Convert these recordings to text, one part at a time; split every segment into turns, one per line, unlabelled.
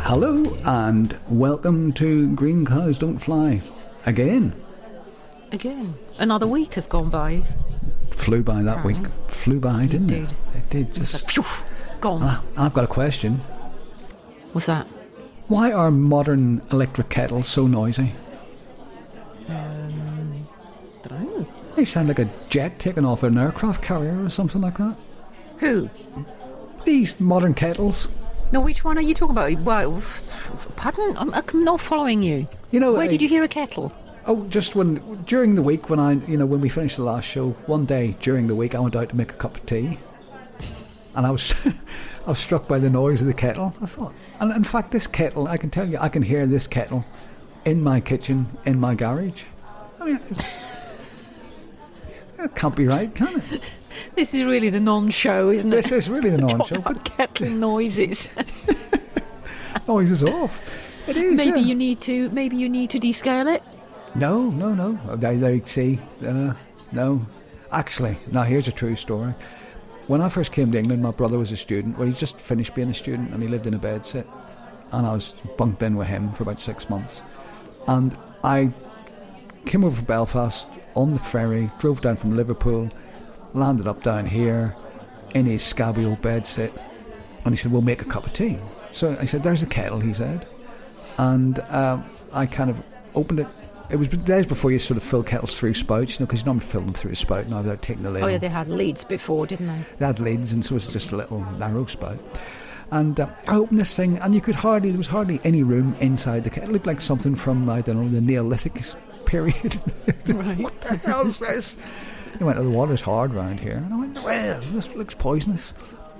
Hello and welcome to Green Cows Don't Fly. Again,
Again, another week has gone by.
flew by that
Right.
week. Flew by, didn't it?
Indeed.
It did just.
Phew, gone.
Ah, I've got a question.
What's that?
Why are modern electric kettles so noisy?
Dunno.
They sound like a jet taking off an aircraft carrier or something like that.
Who?
These modern kettles,
No, which one are you talking about? Well, pardon? I'm, I'm not following you.
you know.
Where
I-
did you hear a kettle?
Oh, just when during the week when I, you know, when we finished the last show, one day during the week I went out to make a cup of tea, and I was, I was struck by the noise of the kettle. I thought, and in fact, this kettle, I can tell you, I can hear this kettle, in my kitchen, in my garage. I mean, it's- it can't be right, can it?
This is really the non-show, isn't it?
This is really the
Talking
non-show. But
about kettle noises.
noise is off. It is.
maybe
yeah.
you need to. Maybe you need to descale it.
No, no, no. They, they see. Uh, no. Actually, now here's a true story. When I first came to England, my brother was a student. Well, he just finished being a student and he lived in a bed set. And I was bunked in with him for about six months. And I came over from Belfast on the ferry, drove down from Liverpool, landed up down here in his scabby old bed set. And he said, We'll make a cup of tea. So I said, There's the kettle, he said. And um, I kind of opened it. It was days before you sort of fill kettles through spouts, you know, because you normally fill them through a spout now without taking the lid
Oh
off.
yeah, they had leads before, didn't they?
They had lids, and so it was just a little narrow spout. And uh, I opened this thing, and you could hardly, there was hardly any room inside the kettle. It looked like something from, I don't know, the Neolithic period.
Right.
what the hell is this? He went, oh, the water's hard round here. And I went, well, this looks poisonous.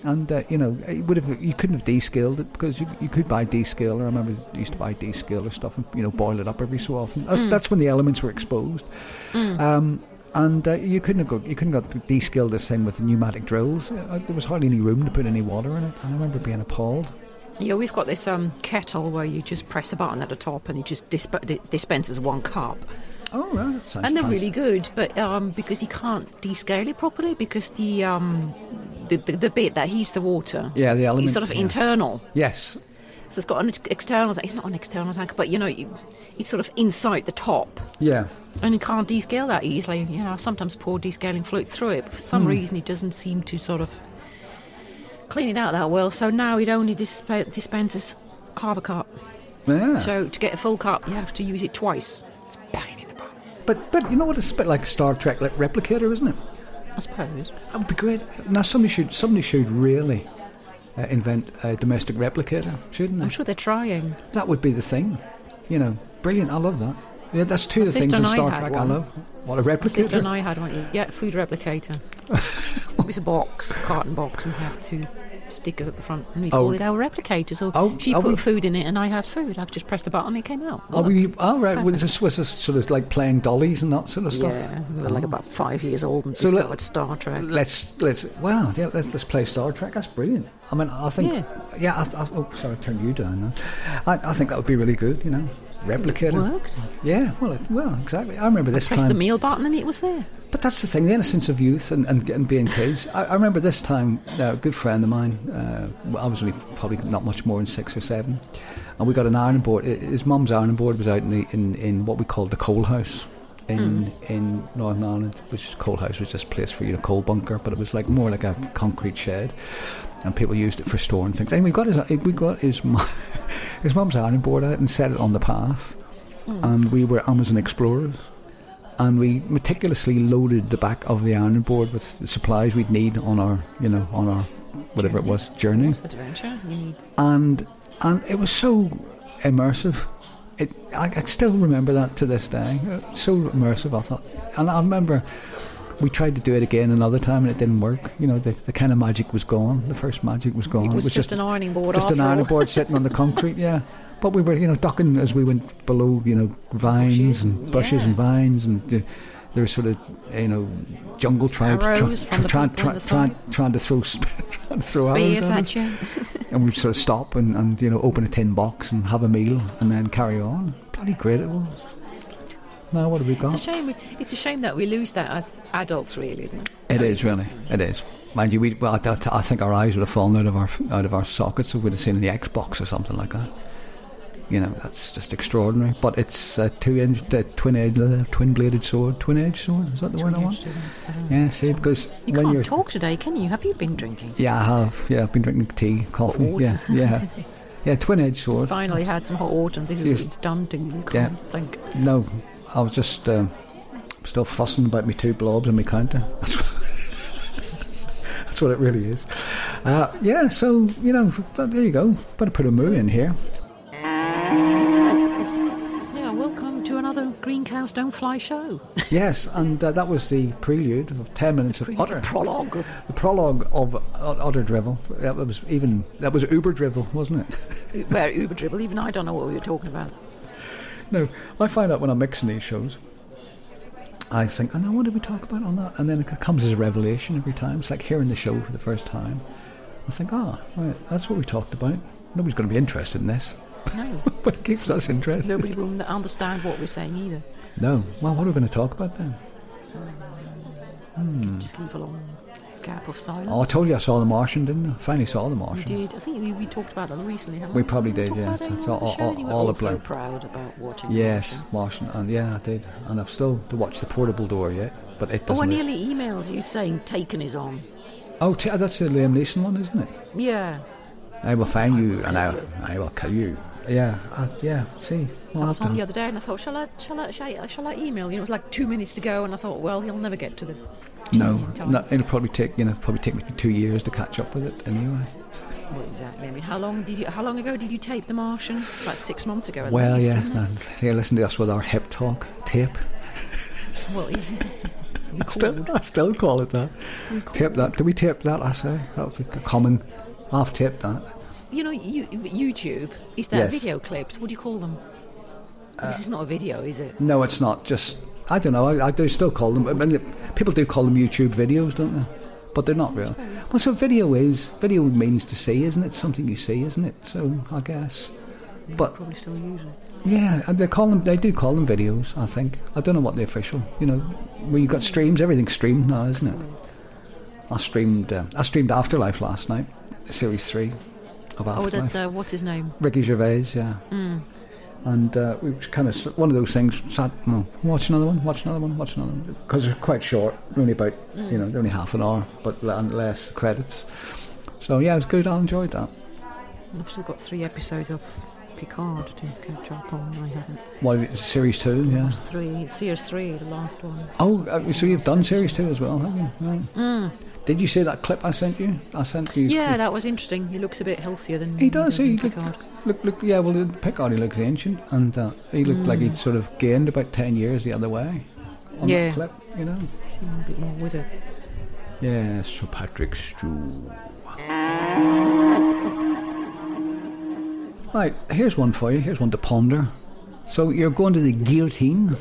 And, uh, you know, it would have, you couldn't have descaled it because you, you could buy descaler. I remember you used to buy descaler stuff and, you know, boil it up every so often. That's, that's when the elements were exposed. Um, and uh, you couldn't have got, you couldn't have got descaled this thing with pneumatic drills. Uh, there was hardly any room to put any water in it. And I remember being appalled.
Yeah, we've got this um, kettle where you just press a button at the top and it just disp- di- dispenses one cup.
Oh, right. that sounds
and they're
fancy.
really good, but um, because he can't descale it properly, because the um, the, the, the bit that heats the water,
Yeah, the element.
it's sort of
yeah.
internal.
Yes.
So it's got an ex- external. It's not an external tank, but you know, you, it's sort of inside the top,
Yeah.
and he can't descale that easily. You know, I sometimes pour descaling fluid through it, but for some reason, it doesn't seem to sort of clean it out that well. So now it only disp- dispenses half a cup.
Yeah.
So to get a full cup, you have to use it twice. It's a pain in the butt,
But but you know what? It's a bit like a Star Trek like, replicator, isn't it?
I suppose.
That would be great. Now somebody should somebody should really uh, invent a domestic replicator, shouldn't they?
I'm sure they're trying.
That would be the thing. You know, brilliant. I love that. Yeah, that's two of the
sister
things in
and I
Star
had
Trek I
one.
love. What a
My sister and
replicator!
I had one. Yeah, food replicator. it was a box, carton box, and had two stickers at the front, and we
Oh.
called it our replicator. So
Oh,
she
are
put
we-
food in it, and I had food. I just pressed the button, and it came out.
Oh, we, oh right, well, this was a sort of like playing dollies and that sort of stuff.
Yeah, we were like about five years old and
So let-
discovered Star Trek.
Let's let's wow, yeah, let's let's play Star Trek. That's brilliant. I mean, I think
Yeah.
yeah, I, I, oh sorry, I turned you down. Now. I, I think that would be really good. You know, replicator.
Worked.
Yeah, well, it, well, exactly. I remember this
Pressed
time.
the meal button, and it was there.
But that's the thing, the innocence of youth and, and, and being kids. I, I remember this time, uh, a good friend of mine, uh, well, I was really probably not much more than six or seven, and we got an ironing board. I- His mum's ironing board was out in, the, in, in what we called the coal house in in Northern Ireland, which is coal house was just a place for you know, coal bunker, but it was like more like a concrete shed, and people used it for storing things. Anyway, we got his we got his mu- his mum's ironing board out and set it on the path, and we were Amazon explorers and we meticulously loaded the back of the ironing board with the supplies we'd need on our, you know, on our whatever it was journey.
Adventure. You need.
And and it was so immersive. It I, I still remember that to this day. Uh, So immersive, I thought. And I remember we tried to do it again another time and it didn't work. You know, the, the kind of magic was gone. The first magic was gone.
It was, just, an ironing board.
just an
after all.
ironing board sitting on the concrete, yeah. But we were, you know, ducking as we went below, you know, vines and bushes
yeah.
and vines, and uh, there were sort of, you know, jungle tribes
Arrows from the
trying,
people on the
trying, trying to throw, sp- trying to throw arrows
Spears
at us.
at you.
and we'd sort of stop and, and you know open a tin box and have a meal and then carry on. Bloody great it was. Now what have we
It's a
got?
shame. we- It's a shame that we lose that as adults, really, isn't it?
It is really, it is. Mind you, we well, I, I think our eyes would have fallen out of our out of our sockets if we'd have seen the Xbox or something like that. You know, that's just extraordinary. But it's a two-edged, uh, twin-edged, uh, twin-bladed sword. Twin-edged sword? Is that the word I want? Yeah, see, because
You
when
can't
you're...
talk today, can you? Have you been drinking?
Yeah, I have. Yeah, I've been drinking tea, coffee.
water.
Yeah, yeah. Yeah, twin-edged sword.
Finally had some hot water and this is
Yes.
what it's done to you. You
Yeah.
can't think.
No, I was just um, still fussing about my two blobs and my counter. That's what, that's what it really is. Uh, yeah, so, you know, but there you go. Better put a moo in here.
Yeah, welcome to another Green Cows Don't Fly show.
Yes, and uh, that was the prelude of 10 minutes of utter.
Prologue.
The prologue of Ut- Utter Drivel. That was even, that was Uber Drivel, wasn't it?
Where Uber Dribble, even I don't know what we were talking about.
No, I find out when I'm mixing these shows, I think, I know, what did we talk about on that? And then it comes as a revelation every time. It's like hearing the show for the first time. I think, ah, right, that's what we talked about. Nobody's going to be interested in this,
No,
but it keeps us interested.
nobody will understand what we're saying either.
No. Well, what are we going to talk about then?
Just leave a long gap of silence.
Mm. Oh, I told you I saw The Martian, didn't I? Finally saw The
You
Martian.
did. I think we, we talked about that recently. haven't
We probably did,
talked
yes.
about it
It's
on
all-
the
all-
show.
all-
You were
all a
also
blur.
proud about watching.
Yes,
Martian.
Martian. And yeah, I did. And I've still to watch The Portable Door yet, but it
Oh, I
doesn't. really-
nearly emailed you saying Taken is on.
oh, t- that's the Liam Neeson one, isn't it?
Yeah,
I will find you and I, I will kill you. Yeah, uh, yeah, see. Well,
I was
I've
on
done-
the other day and I thought, shall I, shall I, shall I, shall I email? You know, it was like two minutes to go, and I thought, well, he'll never get to the.
No,
tea time.
no, it'll probably take you know probably take me two years to catch up with it anyway.
Well, exactly. I mean, how long did you? How long ago did you tape The Martian? About six months ago. at
Well,
least,
yes,
wasn't
no, here listen to us with our hip talk tape.
it? Well, yeah.
Still, I still call it that. Tape that. Do we tape that? I say that would be the common. I've taped that.
you know, you, YouTube is that
Yes. Uh,
video clips. What do you call them? this is not a video, is it?
No, it's not. Just I don't know. I, I do still call them. I mean, people do call them YouTube videos, don't they? But they're not real. Well, so video is video means to see, isn't it? Something you see, isn't it? So I guess. But
Probably still use it.
Yeah, and they call them. They do call them videos. I think. I don't know what the official. You know, when you've got streams, everything's streamed now, isn't it? I streamed. Uh, I streamed Afterlife last night, series three of
Oh,
Afterlife.
that's uh, what's his name?
Ricky Gervais, yeah.
Hmm.
And uh, we was kind of one of those things. Sat, no, watch another one, watch another one, watch another one, because it's quite short, only about
Hmm.
you know, only half an hour, but le- and less credits. So yeah, it was good. I enjoyed that.
I've still got three episodes of Picard to catch up on. I haven't.
What series two? Yeah.
There's three. Three or three. The last one.
Oh, uh, so you've done series two as well, have you? Right. Did you see that clip I sent you? I sent you.
Hmm. Yeah, that was interesting. He looks a bit healthier than
He does.
in
He look,
Picard.
look, look. Yeah, well, in Picard he looks ancient, and uh, he looked like
Hmm.
he'd sort of gained about ten years the other way. On
Yeah.
That clip, you know.
Seemed a bit more withered.
Yeah, Sir Patrick Stew. Right, here's one for you. Here's one to ponder. So you're going to the guillotine,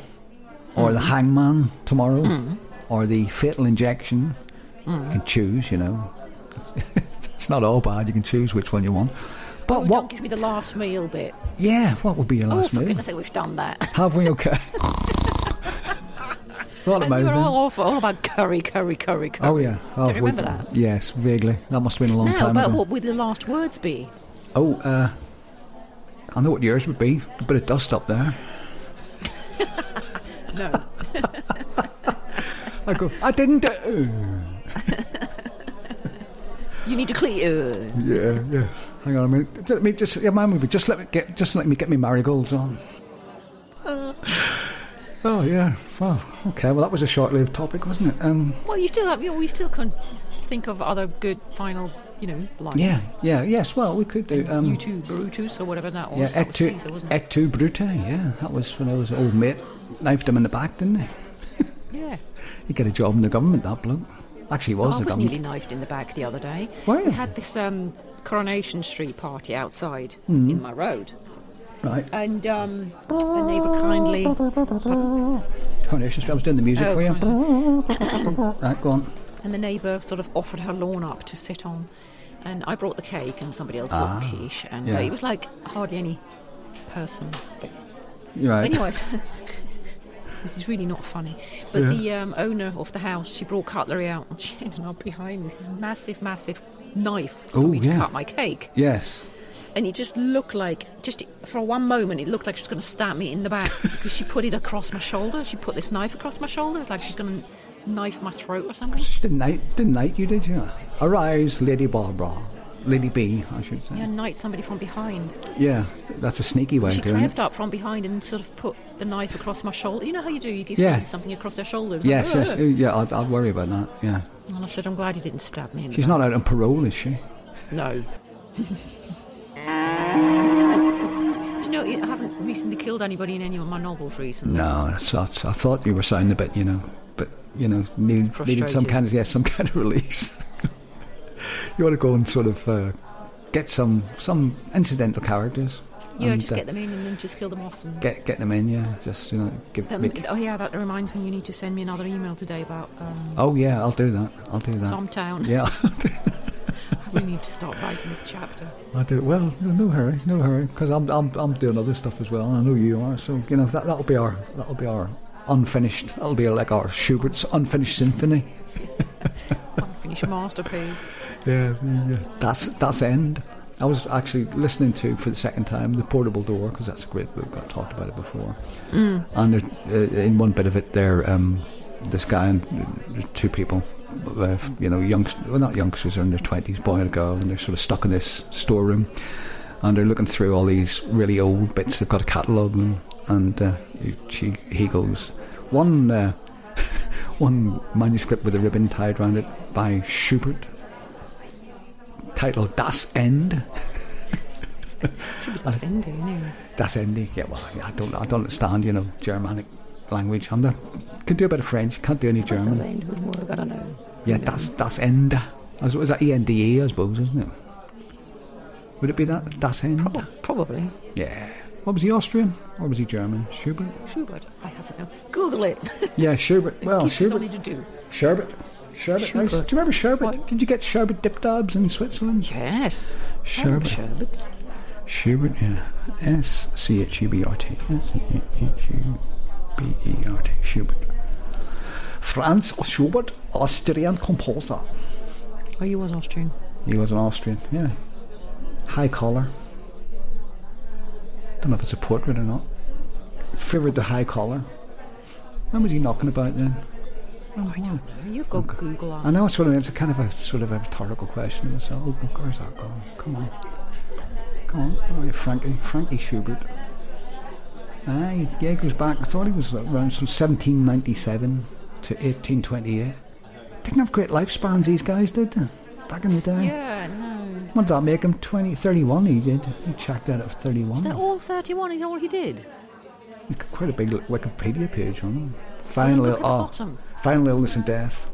or the hangman tomorrow,
Hmm.
or the fatal injection. You can choose, you know. it's not all bad. You can choose which one you want. But
Oh, Don't
what?
give me the last meal bit.
Yeah, what would be your
Oh,
last
for
meal?
goodness sake, we've done that.
Have we okay? Thought
And
about
we
it.
were
then.
all, off, all about curry, curry, curry, curry.
Oh yeah. Oh,
you remember
we-
that?
Yes, vaguely. That must have been a long
Now,
time
but
ago.
what would the last words be?
Oh, uh, I know what yours would be. A bit of dust up there.
No.
I go, I didn't uh, do
You need to clear.
Yeah, yeah. Hang on a minute. Just Let me just, yeah, mine would be, just let me get, just let me get my marigolds on. oh, yeah. Wow. Okay, well, that was a short-lived topic, wasn't it? Um,
Well, you still have. You know, we still can think of other good final. You know, lines.
yeah, yeah, yes. Well, we could do... Um,
you two, Brutus, or whatever that was.
yeah,
that was
et
Caesar,
tu,
wasn't it?
et tu, Brute. Yeah, that was when I was an old mate. Knifed him in the back, didn't he?
yeah.
He got a job in the government, that bloke. Actually, he was
I
the
was
government.
nearly knifed in the back the other day.
Were you?
We had this um, Coronation Street party outside
Mm-hmm.
in my road,
Right.
and um, the neighbour kindly.
Coronation Street. I was doing the music
Oh,
for you.
Christ.
Right, go on.
and the neighbour sort of offered her lawn up to sit on, and I brought the cake, and somebody else brought quiche, and
Ah, yeah.
uh, it was like hardly any person that
You're right.
Anyways, this is really not funny. But the um, owner of the house, she brought cutlery out and she ended up behind me with this massive, massive knife for
Oh,
me to
yeah.
cut my cake.
Yes.
and it just looked like just for one moment it looked like she was going to stab me in the back because she put it across my shoulder. She put this knife across my shoulder. It's like she's going to knife my throat or something.
She didn't knight, didn't knight you, did you? Arise, Lady Barbara. Lady B, I should say.
Yeah,
Yeah,
knight somebody from behind.
that's a sneaky way
She
of doing it.
crept up from behind and sort of put the knife across my shoulder. You know how you do? You give
Yeah.
somebody something across their shoulder. it's like,
Yes, yes.
"Ugh."
Ooh, Yeah, I'd, I'd worry about that. Yeah.
And I said, I'm glad you didn't stab me. in the
She's not out on parole, is she?
No. Do you know, I haven't recently killed anybody in any of my novels recently.
No, that's, that's, I thought you were sounding a bit, you know, but, you know, need, needed some
Frustrated.
kind of, yeah, some kind of release. you want to go and sort of uh, get some some incidental characters.
Yeah,
and,
just
uh,
get them in and then just kill them off. And
Get, get them in, yeah. Just, you know, give
them,
make-
oh, yeah, that reminds me, you need to send me another email today about um,
Oh, yeah, I'll do that. I'll do that.
some town.
Yeah,
we need to start writing this chapter.
I do. Well, no hurry, no hurry, because I'm, I'm, I'm doing other stuff as well, and I know you are. So you know that that'll be our that'll be our unfinished. That'll be like our Schubert's unfinished symphony.
Unfinished masterpiece.
Yeah, yeah. That's that's end. I was actually listening to for the second time the Portable Door because that's a great book. I've talked about it before.
Mm.
And there, uh, in one bit of it, there, um, this guy and there's two people, uh, you know, youngst well, not youngsters, they're in their twenties, boy and a girl, and they're sort of stuck in this storeroom, and they're looking through all these really old bits. They've got a catalogue, and, and uh, she, he goes, one, uh, one manuscript with a ribbon tied round it by Schubert, titled Das End.
Should be just ending, anyway.
That's Hindi. Yeah, well, I don't, I don't understand, you know, Germanic language. I'm not, can do a bit of French, can't do any
German.
German.
I don't know.
Yeah, that's that's Ende. I suppose- Is that E N D E? I suppose, isn't it? Would it be that? Das Ende.
Probably.
Yeah. What was he Austrian or was he German? Schubert.
Schubert. I haven't know. Google it.
Yeah, Schubert. Well,
Keeps us
Schubert.
something to do.
Sherbet. Sherbet.
Schubert.
Do you remember sherbet?
What?
Did you get sherbet dip dabs in Switzerland?
Yes.
Sherbet.
Sherbet.
Schubert, yeah. S C H U B R T. S C H U B E R T. Schubert. Franz Schubert, Austrian composer.
Oh, you was Austrian.
He was an Austrian, yeah. High collar. Don't know if it's a portrait or not. Favoured the high collar. When was he knocking about then? Oh, I know.
You've got Google on.
I know it's sort of it's a kind of a sort of a rhetorical question. So, oh, where's that going? Come on, come on, oh, yeah, Frankie, Frankie Schubert. Aye, yeah, he goes back. I thought he was around from 1797 to 1828. Didn't have great lifespans these guys did they? back in the day.
Yeah, no.
What did that make him? 20, 31 He did. He checked out at
Is
31.
that all 31 is all he did?
Quite a big li- Wikipedia page on him. Finally,
Look at the
oh,
bottom.
Final illness and death.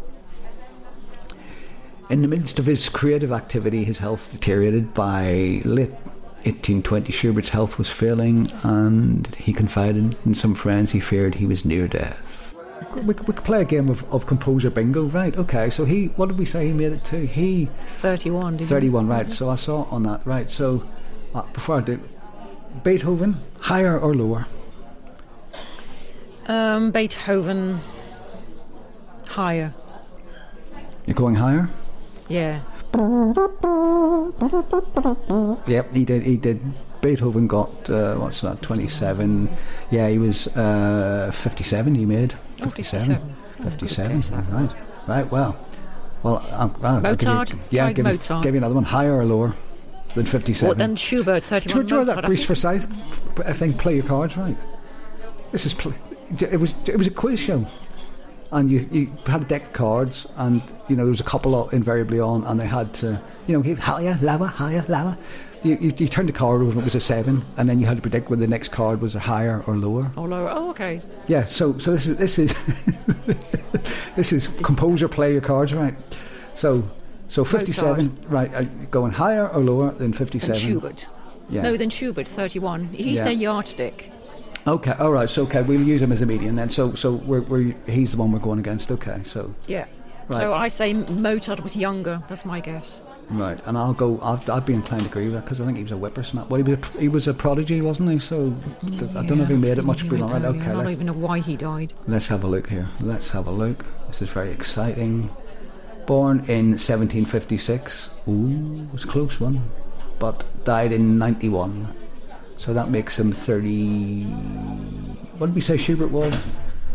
In the midst of his creative activity, his health deteriorated. By late 1820, Schubert's health was failing, and he confided in some friends he feared he was near death. We, we could play a game of, of composer bingo, right? Okay, so he, what did we say he made it to? He
31, did
31, right. So I saw on that, right. So uh, before I do, Beethoven, higher or lower?
Um, Beethoven. Higher.
You're going higher?
Yeah.
Yep, he did. He did. Beethoven got uh, what's that? Twenty-seven. Yeah, he was uh, fifty-seven. He made
Oh,
57.
57.
Fifty-seven. right. Right. Well. Well, I'm, I'll give
Mozart,
You, yeah,
try
give, me-
Mozart.
give you another one. Higher or lower than fifty-seven?
What then Schubert,
Do you
31.
remember that
Mozart, I
Breach
think.
Forsyth p- thing? Play your cards right. This is pl- it was it was a quiz show, and you, you had a deck of cards, and you know there was a couple o- invariably on, and they had to you know higher, lower, higher, lower. You, you, you turned the card over, and it was a seven, and then you had to predict whether the next card was a higher or lower.
Or lower. Oh, okay.
Yeah, so so this is this is this is composer play your cards right. So so fifty seven right, are you going higher or lower than fifty
Then
seven?
Schubert. No, then Schubert, 31. He's
Yeah.
their yardstick.
Okay, all right. So okay, we'll use him as a median then. So so we're, we're he's the one we're going against. Okay, so
Yeah.
Right.
So I say Mozart was younger. That's my guess.
right, and I'll go. I'd, I'd be inclined to agree with that because I think he was a whippersnapper. Well, he was a, he was a prodigy, wasn't he? So th- I don't know if he
Yeah,
made it
think
much
he
beyond.
went
Right,
earlier.
okay,
I don't
let's,
even know why he died.
let's have a look here. Let's have a look. This is very exciting. Born in 1756. Ooh, it was a close one. but died in 91. So that makes him 30. What did we say Schubert was?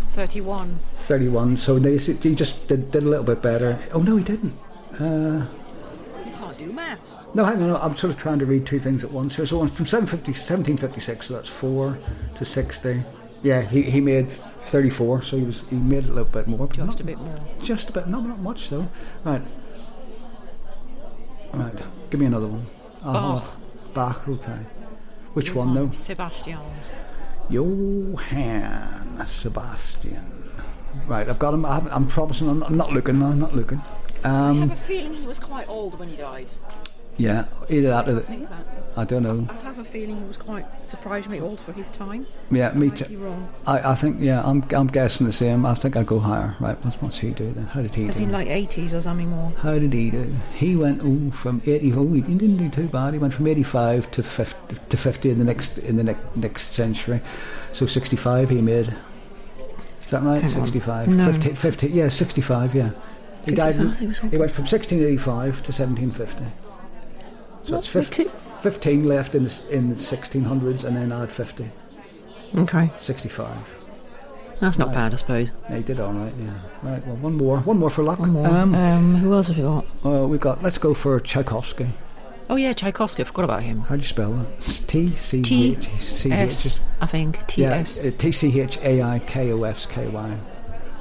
31.
31. So they, he just did, did a little bit better. Oh, no, he didn't. Uh,
You can't do maths.
no, hang on. no, I'm sort of trying to read two things at once here. So one from 750, 1756, so that's 4 to 60. Yeah, he, he made 34, so he was he made a little bit more. but
Just
not-
a bit more.
Just a bit. No, not much, though. Right. Right. Give me another one. I'll
Bach.
have- Bach, okay. Which one, though?
Sebastian.
Johann Sebastian. Right, I've got him. I haven't, I'm promising I'm, I'm not looking. I'm not looking.
I
Um,
have a feeling he was quite old when he died.
yeah, either that or
I
the,
think that.
I don't know.
I have a feeling he was quite surprisingly old for his time.
Yeah, me
Might be
too.
wrong.
I, I think, yeah, I'm, I'm guessing the same. I think I'll go higher. Right, what's, what's he do then? How did he
As
do?
in like 80s or something more.
How did he do? He went ooh, from 80. Oh, he didn't do too bad. He went from 85 to 50, to 50 in the next in the next next century. So 65 he made. Is that right?
Hang on.
65.
No.
50, 50, yeah, 65. Yeah. He died.
I think it was-
He went from 1685 to 1750. So that's
Not
50, 15 left in the, s- in the 1600s, and then add 50,
Okay,
65.
that's not bad, I suppose.
Yeah, he did all right. Yeah. Right. Well, one more. One more for luck.
One more. Um,
Um,
who else have you got?
uh, we've got. Let's go for Tchaikovsky.
Oh yeah, Tchaikovsky. I forgot about him.
How do you spell that? T C
T
H C H.
S, I think. T
Yeah,
S.
T C H A I K O S K Y.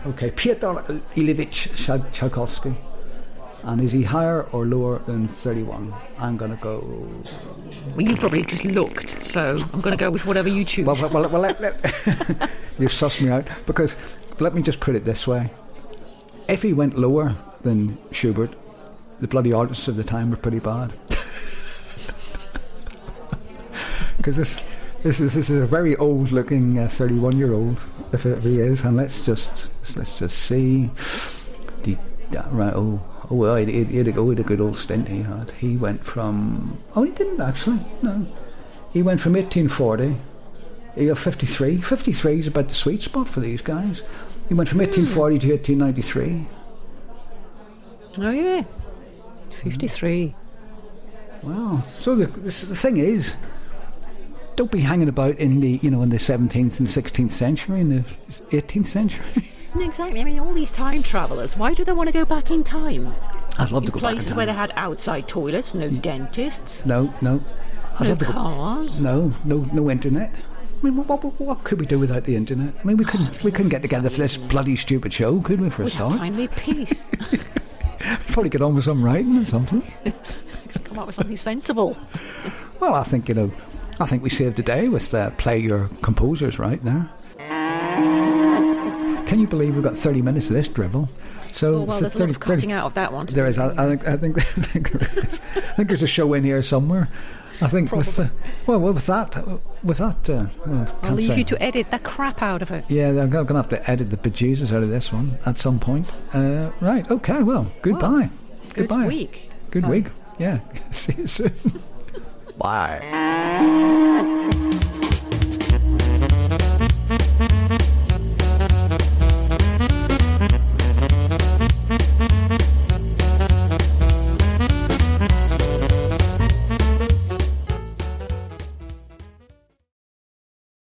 Okay, Piotr Ilyevich Tcha- Tchaikovsky. And is he higher or lower than 31? I'm going to go.
Well, you probably just looked, so I'm going to go with whatever you choose.
Well, well, well, well let, let- you've sussed me out because let me just put it this way: if he went lower than Schubert, the bloody artists of the time were pretty bad. Because this, this is this is a very old-looking thirty-one-year-old, if it really is. And let's just let's just see. The, yeah, right. Oh. Oh well, he he- he had, a, he had a good old stint he had. He went from oh he didn't actually no, he went from 1840 he got 53. 53 is about the sweet spot for these guys. He went from
Hmm.
1840 to 1893.
oh yeah, fifty-three.
Wow. So the, this, the thing is, don't be hanging about in the you know in the 17th and 16th century and the 18th century.
Mm. Exactly. I mean, all these time travellers. Why do they want to go back in time?
I'd love
In
to go back in
places where
time.
they had outside toilets, no dentists,
No, no. I'd
no
love to go.
cars.
No, no, no internet. I mean, what, what, what could we do without the internet? I mean, we couldn't we couldn't get together for this bloody stupid show, could we? For a
We'd have
start,
finally peace.
probably get on with some writing or something.
Come up with something sensible.
Well, I think you know, I think we saved the day with uh, play your composers right there. Can you believe we've got thirty minutes of this drivel? So
Oh, well,
so
there's a lot of cutting out of that one.
There is. I, I think. I think. I think there is. I think there's a show in here somewhere. I think with the, well, well, with that, with that, uh, well,
I'll
can't
leave
say.
you to edit the crap out of it.
Yeah, I'm going to have to edit the bejesus out of this one at some point. Uh, right. Okay. Well. Goodbye.
Good
goodbye.
week.
Good
Bye.
week. Yeah. See you soon. Bye.